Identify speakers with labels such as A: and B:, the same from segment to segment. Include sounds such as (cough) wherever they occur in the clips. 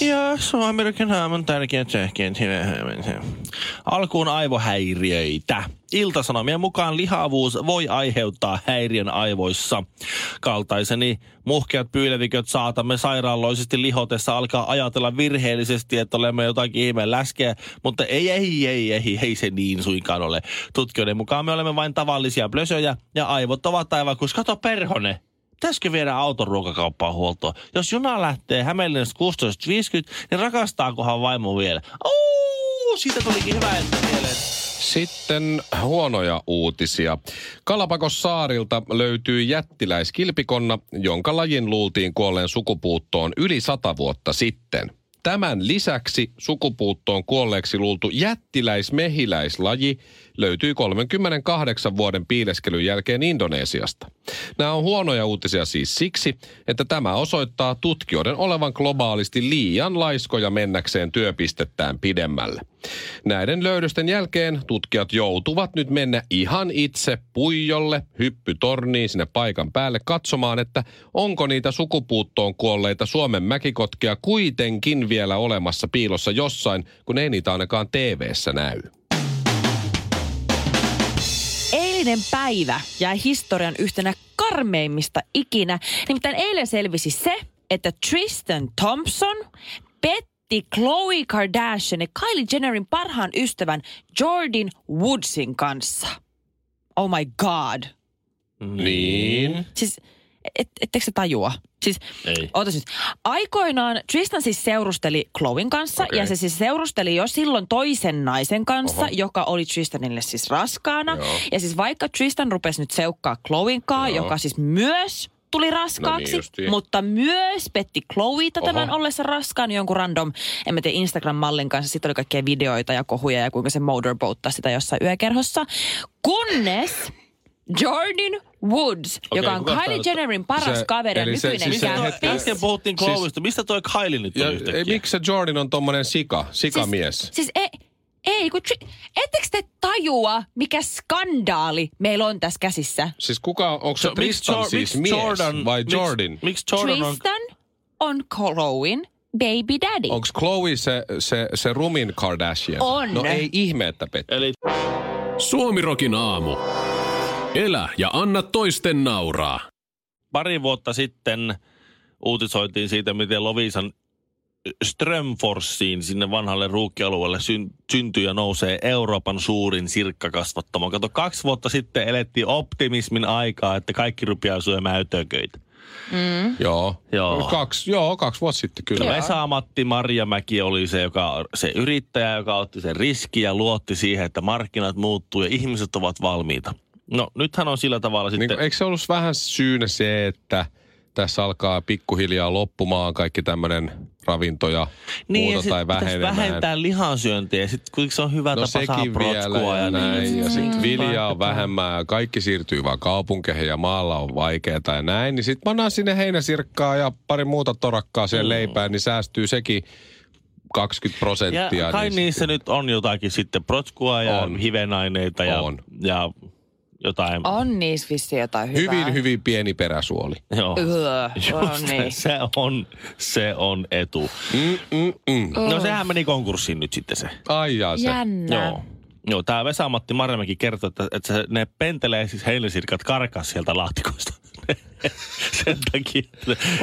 A: Ja Suomirkin haamun tärkeät sähkeet Alkuun aivohäiriöitä. Iltasanomien mukaan lihavuus voi aiheuttaa häiriön aivoissa. Kaltaiseni muhkeat pyyleviköt saatamme sairaaloisesti lihotessa alkaa ajatella virheellisesti, että olemme jotakin ihmeen läskeä, mutta ei, ei, ei, ei, ei se niin suinkaan ole. Tutkijoiden mukaan me olemme vain tavallisia plösöjä ja aivot ovat aivan kuin kato perhone, pitäisikö viedä auton ruokakauppaan huoltoon? Jos juna lähtee Hämeenlinnasta 16.50, niin rakastaakohan vaimo vielä? Ouu, siitä tulikin hyvä mieleen.
B: Sitten huonoja uutisia. Kalapakos saarilta löytyy jättiläiskilpikonna, jonka lajin luultiin kuolleen sukupuuttoon yli sata vuotta sitten. Tämän lisäksi sukupuuttoon kuolleeksi luultu jättiläismehiläislaji löytyy 38 vuoden piileskelyn jälkeen Indonesiasta. Nämä on huonoja uutisia siis siksi, että tämä osoittaa tutkijoiden olevan globaalisti liian laiskoja mennäkseen työpistettään pidemmälle. Näiden löydösten jälkeen tutkijat joutuvat nyt mennä ihan itse puijolle, hyppytorniin sinne paikan päälle katsomaan, että onko niitä sukupuuttoon kuolleita Suomen mäkikotkia kuitenkin vielä olemassa piilossa jossain, kun ei niitä ainakaan TV-ssä näy.
C: Eilinen päivä jäi historian yhtenä karmeimmista ikinä. Nimittäin eilen selvisi se, että Tristan Thompson petti Khloe Kardashian ja Kylie Jennerin parhaan ystävän Jordan Woodsin kanssa. Oh my god.
B: Niin.
C: Siis, et, ettekö se tajua? Siis,
A: Ei.
C: ootas nyt. Aikoinaan Tristan siis seurusteli Chloen kanssa
B: Okei.
C: ja se siis seurusteli jo silloin toisen naisen kanssa,
B: Oho.
C: joka oli Tristanille siis raskaana.
B: Joo.
C: Ja siis vaikka Tristan rupesi nyt seukkaa Chloen kanssa,
B: Joo. No niin
C: joka siis myös tuli raskaaksi,
B: justiin.
C: mutta myös petti Chloeita
B: Oho.
C: tämän ollessa raskaan jonkun random, en mä tiedä, Instagram-mallin kanssa. Sitten oli kaikkia videoita ja kohuja ja kuinka se motorboattaa sitä jossain yökerhossa. Kunnes Jordan Woods,
A: Okei,
C: joka on
A: kuka tää
C: Kylie
A: nyt-
C: Jennerin paras
B: Se-
C: kaveri ja
B: eli se-
C: nykyinen
B: siis
A: Mistä
B: se
A: toi,
B: hetki-
A: äsken puhuttiin
B: Siis-
A: Chloista, mistä toi Kylie nyt
B: Ja, eh,
A: on
B: ei,
A: yhtäkkiä?
B: miksi se Jordan on tommonen sika, sikamies?
C: Siis, siis ei, ei kun, tri- ettekö te tajua, mikä skandaali meillä on tässä käsissä?
B: Siis kuka, onko se
A: Jo-
B: Tristan
A: Jo-
B: siis mies vai Jordan?
A: Miksi, miksi Jordan on...
C: Tristan on Chloen baby daddy.
B: Onko Chloe se, se, se rumin Kardashian?
C: On.
B: No ei ihme, että petti.
A: Eli
D: Suomirokin aamu. Elä ja anna toisten nauraa.
A: pari vuotta sitten uutisoitiin siitä, miten Lovisan Strömforsiin sinne vanhalle ruukkialueelle syn, syntyy ja nousee Euroopan suurin sirkkakasvattamo. Kato, kaksi vuotta sitten elettiin optimismin aikaa, että kaikki rupeaa syömään ötököitä.
B: Joo.
A: Mm. Joo.
B: Kaksi, joo, kaksi vuotta sitten kyllä.
A: Vesa-Matti Marjamäki oli se, joka, se yrittäjä, joka otti sen riski ja luotti siihen, että markkinat muuttuu ja ihmiset ovat valmiita. No nythän on sillä tavalla
B: Niin,
A: sitten...
B: kuin, eikö se ollut vähän syynä se, että tässä alkaa pikkuhiljaa loppumaan kaikki tämmöinen ravinto ja
A: Niin,
B: muuta
A: ja
B: tai
A: sit pitäisi
B: vähenemään.
A: vähentää lihansyöntiä. Sitten kun se on hyvä
B: No
A: tapa saada
B: sekin
A: protskua
B: vielä
A: ja, niin.
B: ja näin. Ja
A: sit
C: Niin.
B: sitten viljaa on vähemmän ja kaikki siirtyy vaan kaupunkeihin ja maalla on vaikeaa ja näin. Niin sitten pannaan sinne heinäsirkkaa ja pari muuta torakkaa
A: Mm.
B: siihen leipään, niin säästyy sekin 20
A: Ja
B: prosenttia.
A: kai
B: niin
A: niissä nyt on jotakin sitten protskua ja
B: On.
A: hivenaineita ja,
B: On.
A: ja jotain.
C: On niissä vissiin jotain hyvää.
B: Hyvin, hyvin pieni peräsuoli.
A: Joo. (laughs)
C: Öö, on
A: Se, (laughs)
C: niin.
A: se, on, se on etu.
B: Mm, mm, mm.
A: No sehän meni konkurssiin nyt sitten se.
B: Ai jaa se.
C: Jännä.
A: Joo. Joo, tämä Vesa-Matti Marjamäki kertoi, että, että se, ne pentelee siis heinäsirkat karkas sieltä laatikosta. (laughs) Sen takia.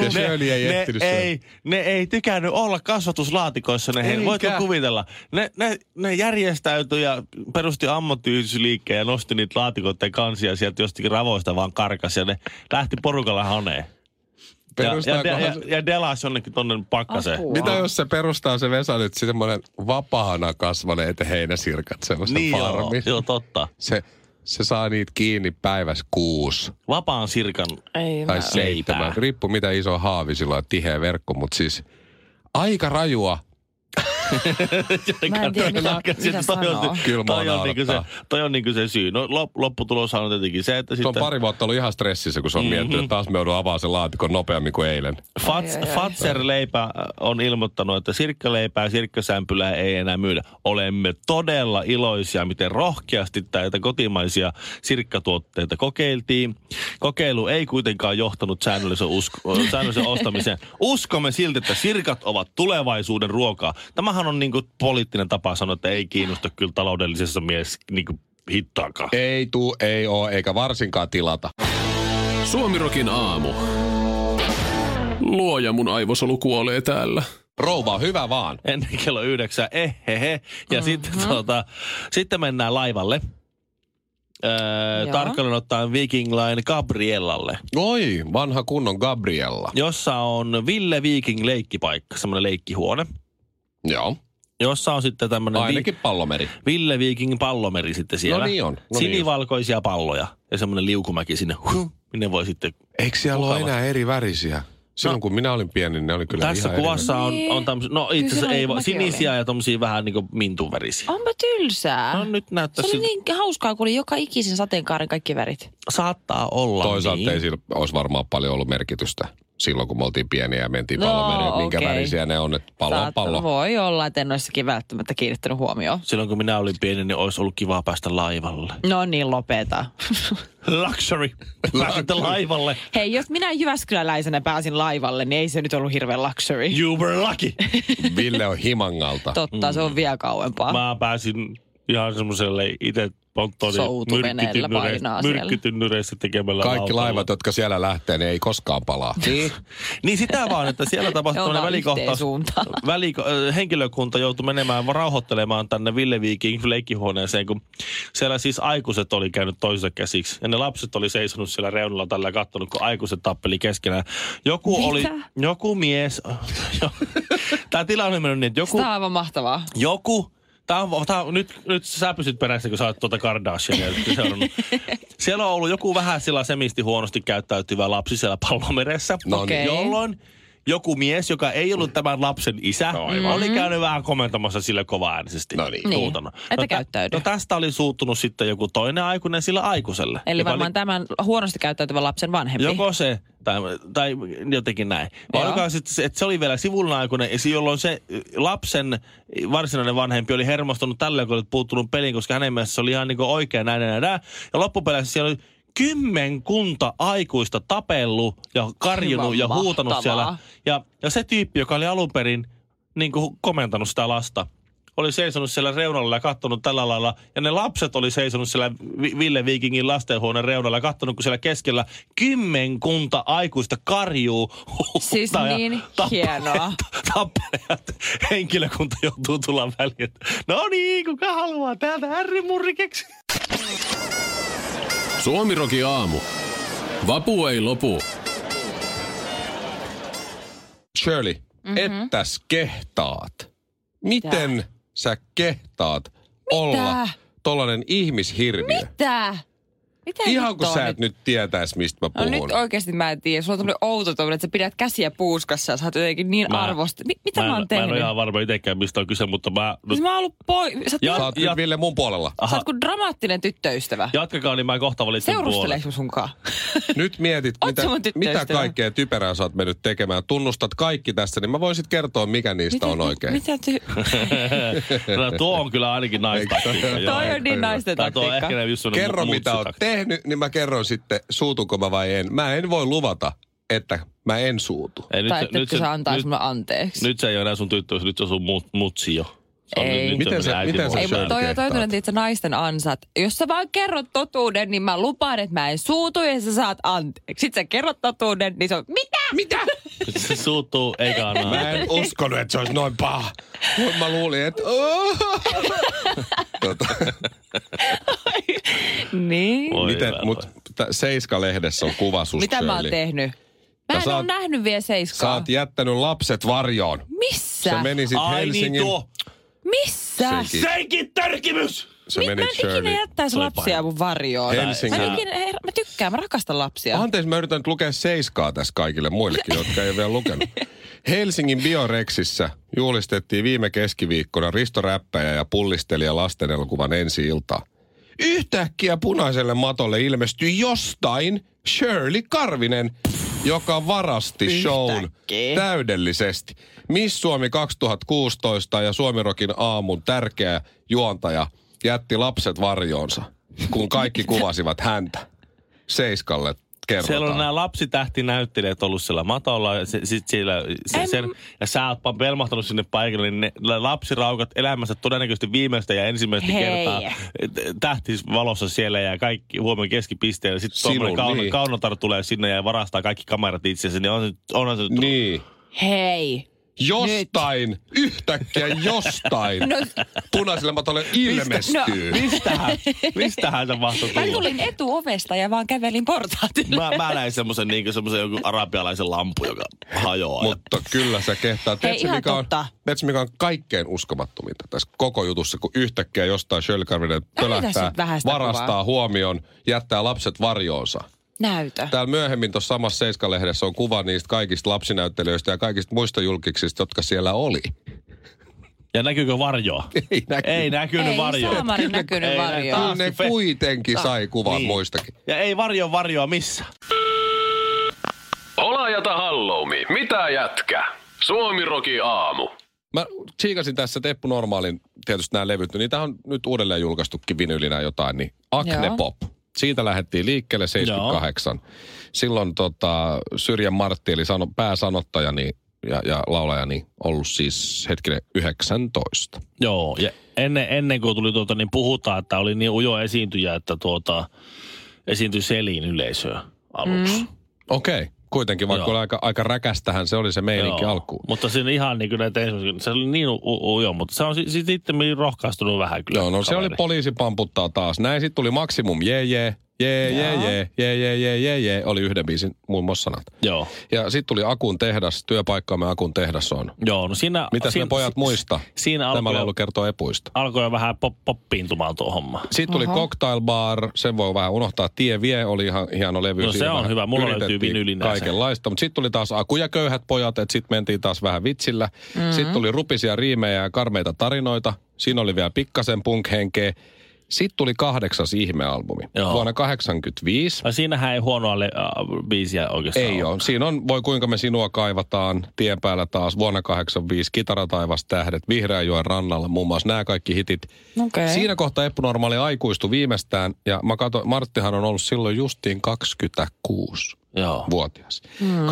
B: Ja Shirley ei
A: ne,
B: ehtinyt siellä.
A: ei, ne ei tykännyt olla kasvatuslaatikoissa. Ne heinä.
B: Eikä.
A: Voitko kuvitella? Ne, ne, ne järjestäytyi ja perusti ammattiyhdysliikkeen ja nosti niitä laatikoiden kansia sieltä jostakin ravoista vaan karkas. Ja ne lähti porukalla haneen. Ja, ja, ja, ja,
B: Perustaako
A: ja delas jonnekin tonne pakkaseen.
C: Apua.
B: mitä jos se perustaa se Vesa nyt semmoinen vapaana kasvaneet heinäsirkat, semmoisen
A: Niin joo,
B: farmin?
A: joo, totta.
B: Se, se saa niitä kiinni päivässä kuusi.
A: Vapaan sirkan
C: Ei, mä...
B: tai seitsemän. Riippuu mitä iso haavi sillä on, tiheä verkko, mutta siis aika rajua.
C: Mä en tiedä, mitä, mitä sanoo.
B: Kyllä mua
A: toi on, niinku se,
B: naurattaa.
A: toi on niinku se syy. No lop, lopputuloshan on tietenkin se, että
B: Se on
A: sitten Mhm.
B: pari vuotta ollut ihan stressissä, kun se on mm-hmm. miettinyt, että taas me joudun avaamaan sen laatikon nopeammin kuin eilen.
A: Fats,
C: Ai, ai, ai.
A: Fatser-leipä äh, on ilmoittanut, että sirkkeleipää ja sirkkösämpylää ei enää myydä. Olemme todella iloisia, miten rohkeasti näitä kotimaisia sirkkatuotteita kokeiltiin. Kokeilu ei kuitenkaan johtanut säännöllisen, usko, säännöllisen ostamiseen. Uskomme silti, että sirkat ovat tulevaisuuden ruokaa. Tämähän on niin poliittinen tapa sanoa, että ei kiinnosta kyllä taloudellisessa mielessä niin hittaakaan.
B: Ei tuu, ei oo, eikä varsinkaan tilata.
D: Suomirokin aamu. Luoja mun aivosolu kuolee täällä.
B: Rouva on hyvä vaan.
A: ennen kello yhdeksän, ehehe. Ja
C: Mhm.
A: sitten, tuota, sitten mennään laivalle. Öö,
C: Joo.
A: tarkalleen ottaen Viking Line Gabriellalle,
B: Oi, vanha kunnon Gabriella.
A: jossa on Ville Viking leikkipaikka, semmoinen leikkihuone,
B: Joo,
A: jossa on sitten tämmöinen
B: ainakin pallomeri.
A: Vi- Ville Viking pallomeri sitten siellä.
B: No niin on, Hmm. no niin
A: Sinivalkoisia palloja ja semmoinen liukumäki sinne, huh, minne voi sitten...
B: Eikö siellä ole
A: Mukavasti.
B: enää eri värisiä? Silloin
A: No.
B: kun minä olin pieni, niin ne oli kyllä
A: Tässä
B: ihan
A: kuvassa on,
C: Niin.
A: on tämmöisiä, no itse asiassa
C: Kyllä
A: ei vaan,
C: mäkin
A: sinisiä ja tommosia vähän niinku mintuvärisiä.
C: Onpa tylsää.
A: No nyt
C: Ah. se
A: näyttää
C: oli
A: siltä,
C: niin hauskaa, kun oli joka ikisen sateenkaaren kaikki värit.
A: saattaa olla
B: Toisaalta
A: niin.
B: ei sillä olisi varmaan paljon ollut merkitystä silloin, kun me oltiin pieniä ja mentiin
C: No,
B: pallomereen. Minkä
C: okei.
B: värisiä ne on, että pallo on
C: Saat-
B: pallo.
C: Voi olla, että en olisikin välttämättä kiinnittänyt huomioon.
A: Silloin kun minä olin pieni, niin olisi ollut kivaa päästä laivalle.
C: No niin, lopeta. (laughs)
A: Luxury! (laughs) Pääsitte laivalle.
C: Hei, jos minä Jyväskyläläisenä pääsin laivalle, niin ei se nyt ollut hirveän luxury.
A: You were lucky!
B: Ville on himangalta.
C: Totta, se on vielä kauempaa.
A: (laughs) Mm. Mä pääsin ihan semmoiselle itse ponttoni
C: Soutuveneellä painaa siellä.
A: myrkkytynnyreissä tekemällä
B: Kaikki
A: lautalla.
B: laivat, jotka siellä lähtee, ne ei koskaan palaa.
A: Niin. niin sitä vaan, että
C: (laughs)
A: siellä
C: Ne
A: tapahtuu
C: on
A: tämmöinen
C: vaan yhteen
A: välikohtaus.
C: suuntaan.
A: Väliko, ö, henkilökunta joutui menemään rauhoittelemaan tänne Ville Viikin leikkihuoneeseen, kun siellä siis aikuiset oli käynyt toisensa käsiksi. Ja ne lapset oli seisonut siellä reunalla tällä ja katsonut, kun aikuiset tappeli keskenään. Joku
C: Mitä?
A: oli, joku mies, (laughs) tämä tilanne on mennyt niin, että joku,
C: Tämä on aivan mahtavaa.
A: joku, tää on, tää on, nyt, nyt sä pysyt perässä, kun sä oot tuota Kardashiania seurannut.
B: (laughs)
A: Siellä on ollut joku vähän sillä semisti huonosti käyttäytyvä lapsi siellä pallomeressä,
B: No niin.
C: Okei.
A: jolloin joku mies, joka ei ollut tämän lapsen isä,
B: No Aivan. Mm-hmm.
A: oli käynyt vähän komentamassa sille kovaäänisesti.
B: No niin.
C: Niin.
A: Tuutana.
C: Että
A: no, tä-
C: käyttäydy.
A: No tästä oli suuttunut sitten joku toinen aikuinen sillä aikuiselle.
C: Eli
A: joka
C: varmaan tämän huonosti käyttäytyvän lapsen vanhempi.
A: Joko se, tai, tai jotenkin näin. Vai
C: Joo.
A: oliko sitten se, että se oli vielä sivullinen aikuinen, ja se- jolloin se äh, lapsen varsinainen vanhempi oli hermostunut tällä, kun oli puuttunut peliin, koska hänen mielessä se oli ihan niin oikein näin, näin, näin. Ja loppupeleissä siellä oli kymmenkunta aikuista tapellut ja karjunut
C: Aivan
A: ja huutanut
C: mahtavaa.
A: siellä. Ja, ja se tyyppi, joka oli alun perin niin kuin komentanut sitä lasta, oli seisonut siellä reunalla ja kattonut tällä lailla. Ja ne lapset oli seisonut siellä Vi- Ville Viikingin lastenhuoneen reunalla ja kattonut, kun siellä keskellä kymmenkunta aikuista karjuu.
C: Siis
A: huutaa ja
C: niin
A: tappelee-
C: hienoa.
A: (laughs) Tappelevat henkilökunta joutuu tulla väliin. No niin, kuka haluaa täältä ärrimurrikeksi?
D: Suomirokin aamu. Vapu ei lopu.
B: Shirley,
C: Mhm.
B: mm-hmm. ettäs kehtaat. Miten sä kehtaat olla tollanen ihmishirviö?
C: Mitä? Mitä
B: Ihan
C: nyt
B: kun
C: on
B: sä et nyt tietäis, mistä mä puhun.
C: No nyt oikeasti mä en tiedä. Sulla on tämmöinen outo tommonen, että sä pidät käsiä puuskassa ja sä oot jotenkin niin
A: Mä-
C: arvosta. Mi- mitä mä,
A: en-
C: oon
A: mä en
C: tehnyt?
A: ole ihan varma itsekään, mistä on kyse, mutta mä...
C: Siis
A: Nyt,
C: mä oon ollut poi... Sä oot,
A: Ja-
B: Sä oot nyt Ville mun puolella.
C: sä oot kuin dramaattinen tyttöystävä.
A: jatkakaa, niin mä kohta valitsen
C: Seurustele
A: puolet.
C: sun sunkaan.
B: Nyt mietit,
C: Oot
B: mitä,
C: sä mun tyttöystävä?
B: mitä kaikkea typerää sä oot mennyt tekemään. Tunnustat kaikki tässä, niin mä voisit kertoa, mikä niistä on oikein.
C: Mitä
A: (laughs)
C: ty...
A: No, tuo on kyllä ainakin naistaktiikka. joo.
C: Toi on niin naisten
A: Tai tuo on
C: taktiikka.
A: ehkä ne just semmonen
B: Kerro,
A: mu-
B: mitä oot
A: mutsitaktiikka.
B: tehnyt, niin mä kerron sitten, suutunko mä vai en. Mä en voi luvata, että mä en suutu.
A: Ei,
C: tai että nyt
A: se-
C: sä antaisi
A: nyt,
C: mulle anteeksi.
A: nyt se ei ole enää sun tyttöystävä, nyt se on sun mut, mutsi jo. Se on
C: Ei.
A: nyt- nyt
B: Miten sä-
A: tämmönen äiti-
B: miten sä
C: ei, mutta toi on
B: kehtaat.
C: toinen, että naisten ansat. Jos sä vaan kerrot totuuden, niin mä lupaan, että mä en suutu ja sä saat anteeksi. Sitten sä kerrot totuuden, niin se on, mitä? Mitä?
A: Se suuttuu, eikä anna. (laughs)
B: Mä en uskonut, että se olisi noin paha. Mut Mä luulin, että... tota,
C: (laughs) niin.
A: Voi
B: miten,
A: hyvä
B: mut
A: toi.
B: t- Seiska-lehdessä on kuva susta,
C: Mitä mä oon
B: Shirley.
C: tehnyt?
B: Ja
C: Mä en
B: sä
C: oo
B: oot-
C: nähnyt vielä
B: Sä
C: seiskaa.
B: oot jättänyt lapset varjoon.
C: Missä?
B: Se meni sitten
A: Ai niin
B: Helsingin...
A: tuo,
C: Missä?
B: Sekin.
A: senkin törkimys!
B: Se
C: Mit-
B: meni
C: mä en ikinä
B: Shirley.
C: jättäisi
A: Se oli
C: lapsia
A: paha.
C: mun varjoon.
B: Helsingin-
C: Mä, en ikinä, her- mä tykkään, mä rakastan lapsia.
B: Anteeksi, mä yritän nyt lukea seiskaa tässä kaikille muillekin, jotka ei ole vielä lukenut. Helsingin Bioreksissä juhlistettiin viime keskiviikkona Risto Räppäjä ja pullistelija lasten elokuvan ensi iltaa. Yhtäkkiä punaiselle matolle ilmestyi jostain Shirley Karvinen, joka varasti shown
C: Yhtäkkiä.
B: täydellisesti. Miss Suomi 2016 ja Suomirokin aamun tärkeä juontaja jätti lapset varjoonsa, kun kaikki kuvasivat häntä. Seiskalle kerrotaan.
A: Siellä on nämä lapsitähtinäyttelijät ollut siellä matolla ja, se, sit siellä, se,
C: En-
A: sen, ja sä oot pa- velmahtanut sinne paikalle, niin ne lapsiraukat elämässä todennäköisesti viimeistä ja ensimmäistä
C: Hei.
A: kertaa t- tähtisvalossa siellä ja kaikki huomioon keskipisteellä. Sitten
B: Sinun,
A: tuommoinen kaun,
B: niin.
A: kaunotar tulee sinne ja varastaa kaikki kamerat itsensä, niin on, se- onhan se nyt
B: Niin.
C: Hei.
B: Jostain, Nyt. yhtäkkiä jostain, no.
C: No.
B: punaiselle matolle ilmestyy. No.
A: Mistähän, mistähän se mahtoi
C: Mä
A: tulla?
C: tulin etuovesta ja vaan kävelin portaat yli.
A: Mä, mä näin semmoisen niin semmoisen joku arabialaisen lampu, joka hajoaa. Mut,
B: Mutta kyllä se kehtaa. Tiedätkö
C: ihan
B: mikä, on,
C: totta.
B: tiedätkö, mikä on kaikkein uskomattominta tässä koko jutussa, kun yhtäkkiä jostain Shirley Carvinen pölähtää,
C: nyt vähän sitä
B: varastaa
C: kuvaa.
B: huomion, jättää lapset varjoonsa.
C: Näytä.
B: Täällä myöhemmin tuossa samassa Seiska-lehdessä on kuva niistä kaikista lapsinäyttelijöistä ja kaikista muista julkiksista, jotka siellä oli.
A: ja näkyykö varjoa?
B: Ei näkynyt.
A: Ei näkynyt
C: Ei
A: varjoa.
C: saamari näkynyt
A: ei
C: varjoa.
A: näkynyt.
B: Kyllä ne
A: Taas fe-
B: kuitenkin sai kuvan niin.
A: Niin.
B: muistakin.
A: Ja ei varjo varjoa missä.
D: Olajata halloumi. Mitä jätkä? Suomiroki aamu.
B: Mä tsiikasin tässä Teppu Normaalin, tietysti nämä levyt, niin tämä on nyt uudelleen julkaistukin vinylinä jotain, niin Acne
C: Joo.
B: Pop. Siitä lähdettiin liikkeelle 78. Joo. Silloin tota, Syrjän Martti, eli sano, pääsanottaja niin, ja, ja laulaja, niin ollut siis hetkinen 19.
A: Joo, ja ennen, ennen kuin tuli tuota, niin puhutaan, että oli niin ujo esiintyjä, että tuota, esiintyi selin yleisöä aluksi. Mm.
B: Okei, okay. kuitenkin, vaikka
A: Joo.
B: oli aika, aika räkästähän se oli se meininki Joo. alkuun.
A: Mutta siinä ihan niin kyllä, että ensimmäisen- se oli niin u- ujo, mutta se on si- si- sitten rohkaistunut vähän kyllä.
B: Joo, no se
A: kaveri.
B: oli poliisi pamputtaa taas. Näin sitten tuli maksimum jee jee, jee jee jee, jee jee jee jee jee, oli yhden biisin muun muassa sanat.
A: Joo.
B: Ja sitten tuli Akun tehdas, työpaikkaamme Akun tehdas on.
A: Joo, no siinä...
B: Mitäs
A: siinä,
B: ne pojat muista?
A: Siinä
B: Tämä
A: alkoi,
B: laulu kertoo epuista.
A: alkoi jo vähän pop, poppiintumaan tuo homma.
B: Sitten tuli Cocktail Bar, sen voi vähän unohtaa. Tie vie oli ihan hieno levy.
A: No se
B: siinä
A: on
B: vähän
A: hyvä, mulla löytyy
B: yritettiin
A: vinyylinä se.
B: Kaikenlaista, mutta sitten tuli taas Aku ja köyhät pojat, että sitten mentiin taas vähän vitsillä. Mm-hmm. Sitten tuli rupisia riimejä ja karmeita tarinoita. Siinä oli vielä pikkasen punk-henkeä. Sitten tuli kahdeksas ihmealbumi.
A: Joo.
B: Vuonna 85.
A: No siinähän ei huonoa le- äh, biisiä oikeastaan
B: Ei ole. Siinä on Voi kuinka me sinua kaivataan, Tien päällä taas, vuonna 85, Kitarataivas tähdet, Vihreänjoen rannalla, muun muassa nämä kaikki hitit.
C: Okei.
B: Siinä kohtaa Eppu Normaali aikuistui viimeistään, ja mä katsoin, Marttihan on ollut silloin justiin 26-vuotias.
A: Joo.
B: Mm.
A: Hmm.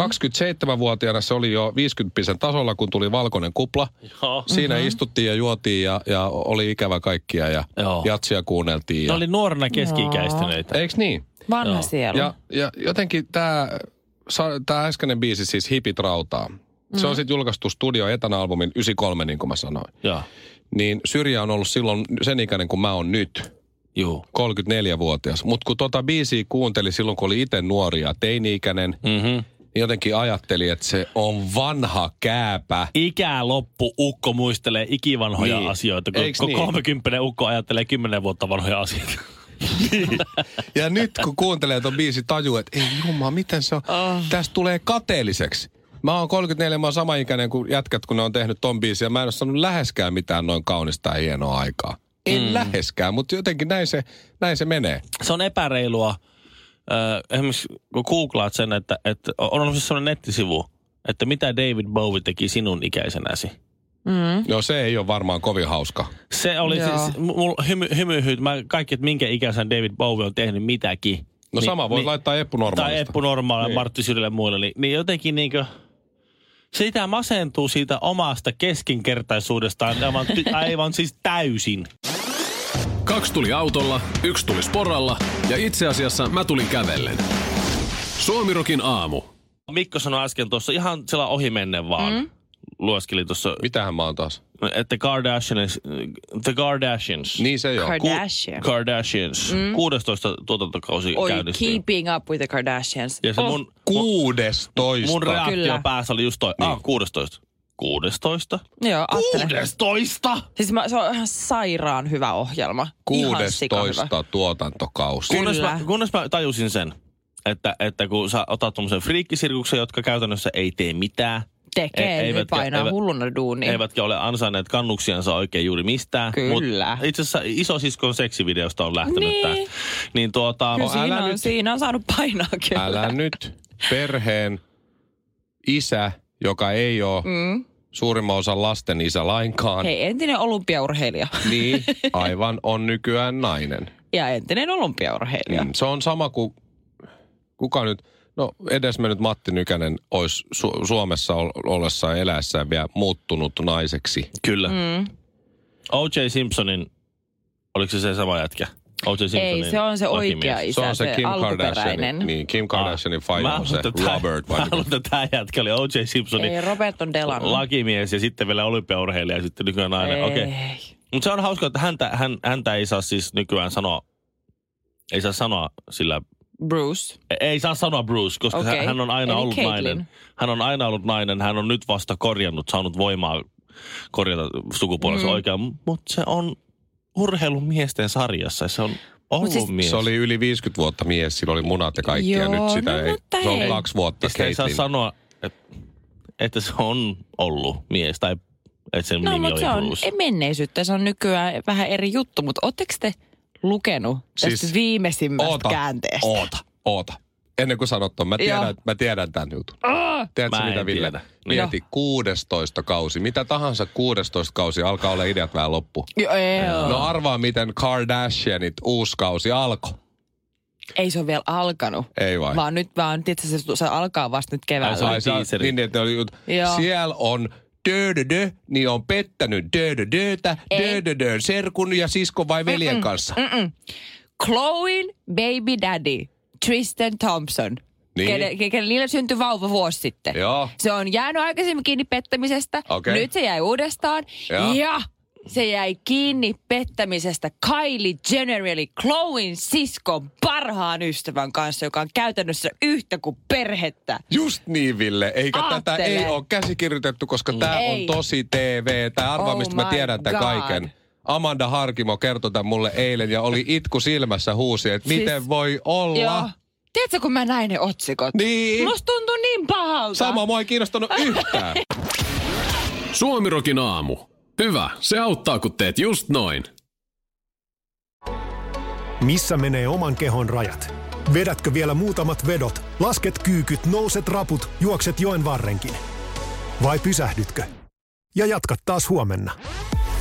B: 27-vuotiaana se oli jo 50 tasolla, kun tuli valkoinen kupla.
A: Joo.
B: Siinä mm-hmm. istuttiin ja juotiin ja, ja oli ikävä kaikkia ja
A: Joo.
B: jatsia kuunneltiin.
A: Ne
B: Ja...
A: oli nuorena keski-ikäistyneitä.
B: Eiks niin?
C: Vanha
A: Joo.
C: sielu.
B: Ja, ja jotenkin tämä tää äskeinen biisi siis Hipit rautaa. Se on sitten julkaistu Studio Etana albumin 93, niin kuin mä sanoin.
A: Joo.
B: Niin Syrjä on ollut silloin sen ikäinen kuin mä oon nyt,
A: Juu.
B: 34-vuotias. Mutta kun tota biisiä kuunteli silloin, kun oli itse nuori ja teini-ikäinen, mm-hmm. niin jotenkin ajatteli, että se on vanha kääpä.
A: Ikää loppu, ukko muistelee ikivanhoja
B: Niin.
A: niin. asioita, kun,
B: Eiks
A: kun
B: niin?
A: 30 ukko ajattelee 10 vuotta vanhoja asioita. (laughs)
B: Ja nyt kun kuuntelee ton biisi, tajuu, että ei jumma, miten se on.
D: Ah.
B: Oh. Tästä tulee kateelliseksi. Mä oon 34, mä oon sama ikäinen kuin jätkät, kun ne on tehnyt ton biisin. Ja mä en ole saanut läheskään mitään noin kaunista ja hienoa aikaa. En mm. läheskään, mutta jotenkin näin se, näin se menee.
A: Se on epäreilua. Ö, esimerkiksi kun googlaat sen, että, että on olemassa sellainen nettisivu, että mitä David Bowie teki sinun ikäisenäsi.
C: Mm.
B: Joo, No, se ei ole varmaan kovin hauska. No,
A: Se oli
C: Joo.
A: siis, mulla hymy, hymyihyt, mä kaikki, että minkä ikäisen David Bowie on tehnyt mitäkin.
D: Niin,
A: Niin,
B: No sama voi laittaa Eppu
A: Tai
B: normaalista.
A: Eppu Normaali, niin. Martti Syrjälle ja muille, niin, niin jotenkin niinkö... Sitä masentuu siitä omasta keskinkertaisuudestaan aivan, ty- aivan siis täysin.
D: Kaksi tuli autolla, yksi tuli sporalla ja itse asiassa mä tulin kävellen. Suomirokin aamu.
A: Mikko sanoi äsken tuossa ihan sillä ohi menne vaan. Mm. Lueskeli tuossa,
B: Mitähän mä oon taas?
A: että Kardashians, The Kardashians.
B: Niin se joo.
A: Ku-
C: Kardashian.
A: Kardashians. Mm. 16 tuotantokausi
C: Oi,
A: käynnistyy.
C: keeping up with the Kardashians. Oh,
A: Ja se mun, mun,
B: Kuudestoista.
A: mun reaktio
C: Kyllä.
A: päässä oli just toi. Niin. Ah, 16. 16?
C: Joo, ajattele.
A: 16?
C: Siis mä, se on ihan sairaan hyvä ohjelma. Ihan sikahyvä.
B: Kuudestoista tuotantokausi.
C: Ku-
A: Kunnes
C: Kyllä.
A: mä, kunnes mä tajusin sen, että, että kun sä otat tuommoisen friikkisirkuksen, jotka käytännössä ei tee mitään,
C: tekee,
A: E-
C: ei,
A: eivätkä-
C: painaa niin.
A: eivät-
C: hulluna duunia.
A: Eivätkä ole ansainneet kannuksiansa oikein juuri mistään.
C: Kyllä.
A: Mut itse asiassa isosiskon seksivideosta on lähtenyt
C: Niin.
A: tää. Niin tuota,
C: Kyllä
B: No, älä
C: siinä, on,
B: nyt.
C: siinä on saanut painaa kyllä.
B: Älä nyt. Perheen isä, joka ei ole mm. suurimman osan lasten isä lainkaan,
C: Hei, entinen olympiaurheilija (laughs)
B: niin aivan on nykyään nainen.
C: ja entinen olympiaurheilija.
B: Mm. Se on sama kuin, kuka nyt, no edesmennyt Matti Nykänen olisi Su- Suomessa ol- ollessaan eläessään vielä muuttunut naiseksi.
A: Kyllä. Mm. O.J. Simpsonin, oliko se se sama jätkä? O.J.
B: Niin,
A: Simpsonin
C: Ei, se on se
A: lakimies.
C: oikea isä,
B: Se on se Kim
C: alkuperäinen.
B: Kardashianin, niin Kim Kardashianin faija on se Robert. vai
A: Mä
B: mikä-
A: haluan, että tämä jätkä oli O.J.
B: niin.
A: Simpsonin
C: Ei, Robert on Delano.
A: lakimies ja sitten vielä olympiaurheilija ja sitten nykyään nainen. Okei. Okay.
C: Ei.
A: Mutta se on hauska, että häntä, hän, häntä ei saa siis nykyään sanoa, ei saa sanoa sillä,
C: Bruce.
A: ei saa sanoa Bruce, koska okay.
C: Okei.
A: hän on aina
C: Eli
A: ollut
C: Caitlyn.
A: nainen. Hän on aina ollut nainen, hän on nyt vasta korjannut, saanut voimaa korjata sukupuolensa mm. oikein, mutta se on urheilumiesten sarjassa, se on ollut
C: siis-
A: siis, mies.
B: Se oli yli 50 vuotta mies, sillä oli munat ja kaikki ja
C: Joo,
B: nyt sitä
C: no
B: ei.
C: mutta
B: Se on
C: hei.
B: kaksi vuotta
A: Sitä ei saa
B: Caitlyn.
A: sanoa, että, että se on ollut mies tai että sen
B: Niin,
C: No,
A: nimi
C: mutta
A: oli
C: se on
A: Bruce.
C: ei menneisyyttä. Se on nykyään vähän eri juttu. Mutta ootteko te lukenut tästä
B: Siis-
C: siis, viimeisimmästä
B: Oota,
C: käänteestä?
B: oota, oota. Ennen kuin sanot ton, mä
C: Joo.
B: tiedän, mä tiedän tämän jutun. Tiedätkö
A: Mä
B: mitä,
A: en
B: Ville?
A: tiedä. Niin.
B: Mieti 16 kausi. Mitä tahansa 16 kausi alkaa olla ideat vähän loppu.
C: Joo, ei, oo.
B: No arvaa, miten Kardashianit uusi kausi alkoi.
C: ei se ole vielä alkanut.
B: Ei vai?
C: Vaan nyt vaan, tietysti se, se alkaa vasta nyt
A: Ai, se
C: keväällä.
A: oli
B: Ai, sä-
A: teaseri.
B: niin, että ne oli, jut-
C: Joo.
B: siellä on dö niin on pettänyt dö-dö-dötä,
C: Ei.
B: dö serkun ja siskon vai veljen kanssa.
C: Chloein baby daddy, Tristan Thompson.
B: Niin.
C: Kenen, ke- kenen niillä syntyi vauva vuosi sitten.
B: Joo.
C: Se on jäänyt aikaisemmin kiinni pettämisestä.
B: Okei.
C: Nyt se jäi uudestaan.
B: Joo.
C: Ja se jäi kiinni pettämisestä Kylie Jenner eli Chloein siskon parhaan ystävän kanssa, joka on käytännössä yhtä kuin perhettä.
B: Just niin, Ville. Eikä tätä
C: Aattele.
B: ei ole käsikirjoitettu, koska tämä on
C: Niin. Ei.
B: tosi TV. Tämä arvaa,
C: Oh
B: mistä mä
C: my
B: tiedän tämän
C: God.
B: kaiken. Amanda Harkimo kertoi tämän mulle eilen ja oli itku silmässä huusi, että
C: Siis-
B: miten voi olla.
C: Joo. Tiedätkö, kun mä näin ne otsikot?
B: Niin.
C: Musta tuntuu niin pahalta.
B: Sama mua ei kiinnostanut yhtään.
C: (laughs)
D: Suomirokin aamu. Hyvä, se auttaa kun teet just noin.
E: Missä menee oman kehon rajat? Vedätkö vielä muutamat vedot? Lasket kyykyt, nouset raput, juokset joen varrenkin. Vai pysähdytkö? Ja jatka taas huomenna.